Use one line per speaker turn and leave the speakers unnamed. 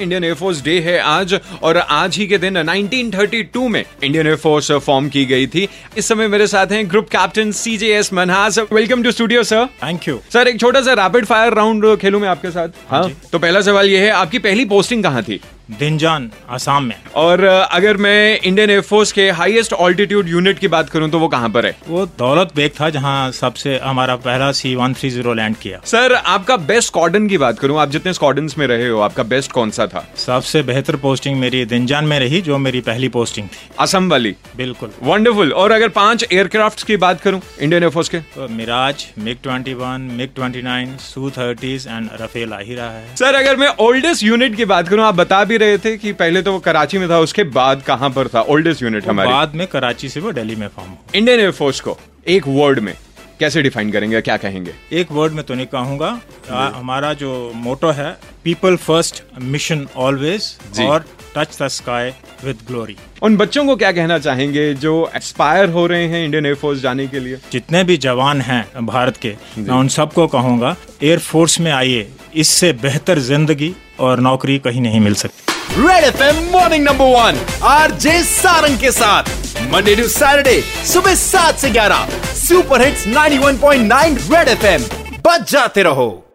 Indian air force day है आज और आज ही के दिन 1932 में इंडियन एयरफोर्स फॉर्म की गई थी इस समय मेरे साथ हैं group captain C J S Manhas welcome to studio sir
thank you
sir एक छोटा सा रैपिड फायर राउंड खेलूं मैं आपके साथ हाँ तो पहला सवाल ये है आपकी पहली पोस्टिंग कहाँ थी
दिनजान आसाम में
और अ, अगर मैं इंडियन एयरफोर्स के हाईएस्ट ऑल्टीट्यूड यूनिट की बात करूं तो वो कहाँ पर है
वो दौलत बेग था जहाँ सबसे हमारा पहला C one three zero land किया
सर आपका बेस्ट स्क्वाडन की बात करूं आप जितने स्क्वाडन में रहे हो आपका बेस्ट कौन सा था
सबसे बेहतर पोस्टिंग मेरी दिनजान में रही जो मेरी पहली पोस्टिंग थी
असम वाली
बिल्कुल
वंडरफुल और अगर पांच एयरक्राफ्ट की बात करूं इंडियन एयरफोर्स के
तो Miraj MiG twenty one MiG twenty nine Su thirties and Rafale आ ही रहा है
सर अगर मैं ओल्डेस्ट यूनिट की बात करूं आप बता भी रहे थे कि पहले तो वो कराची में था उसके बाद कहां पर था ओल्डेस्ट यूनिट हमारी
बाद में कराची से वो दिल्ली में फॉर्म हुआ
इंडियन एयरफोर्स को एक वर्ड में कैसे डिफाइन करेंगे क्या कहेंगे
एक वर्ड में तो नहीं कहूंगा आ, हमारा जो मोटो है पीपल फर्स्ट मिशन ऑलवेज
जी।
और touch the sky with glory
उन बच्चों को क्या कहना चाहेंगे जो एक्सपायर हो रहे हैं इंडियन एयरफोर्स जाने के लिए
जितने भी जवान हैं भारत के मैं उन सबको कहूंगा एयरफोर्स में आइए इससे बेहतर जिंदगी और नौकरी कहीं नहीं मिल सकती
red FM morning number one RJ Sarang के साथ मंडे टू सैटरडे सुबह सात से ग्यारह सुपर हिट्स 91.9 रेड एफएम बच जाते रहो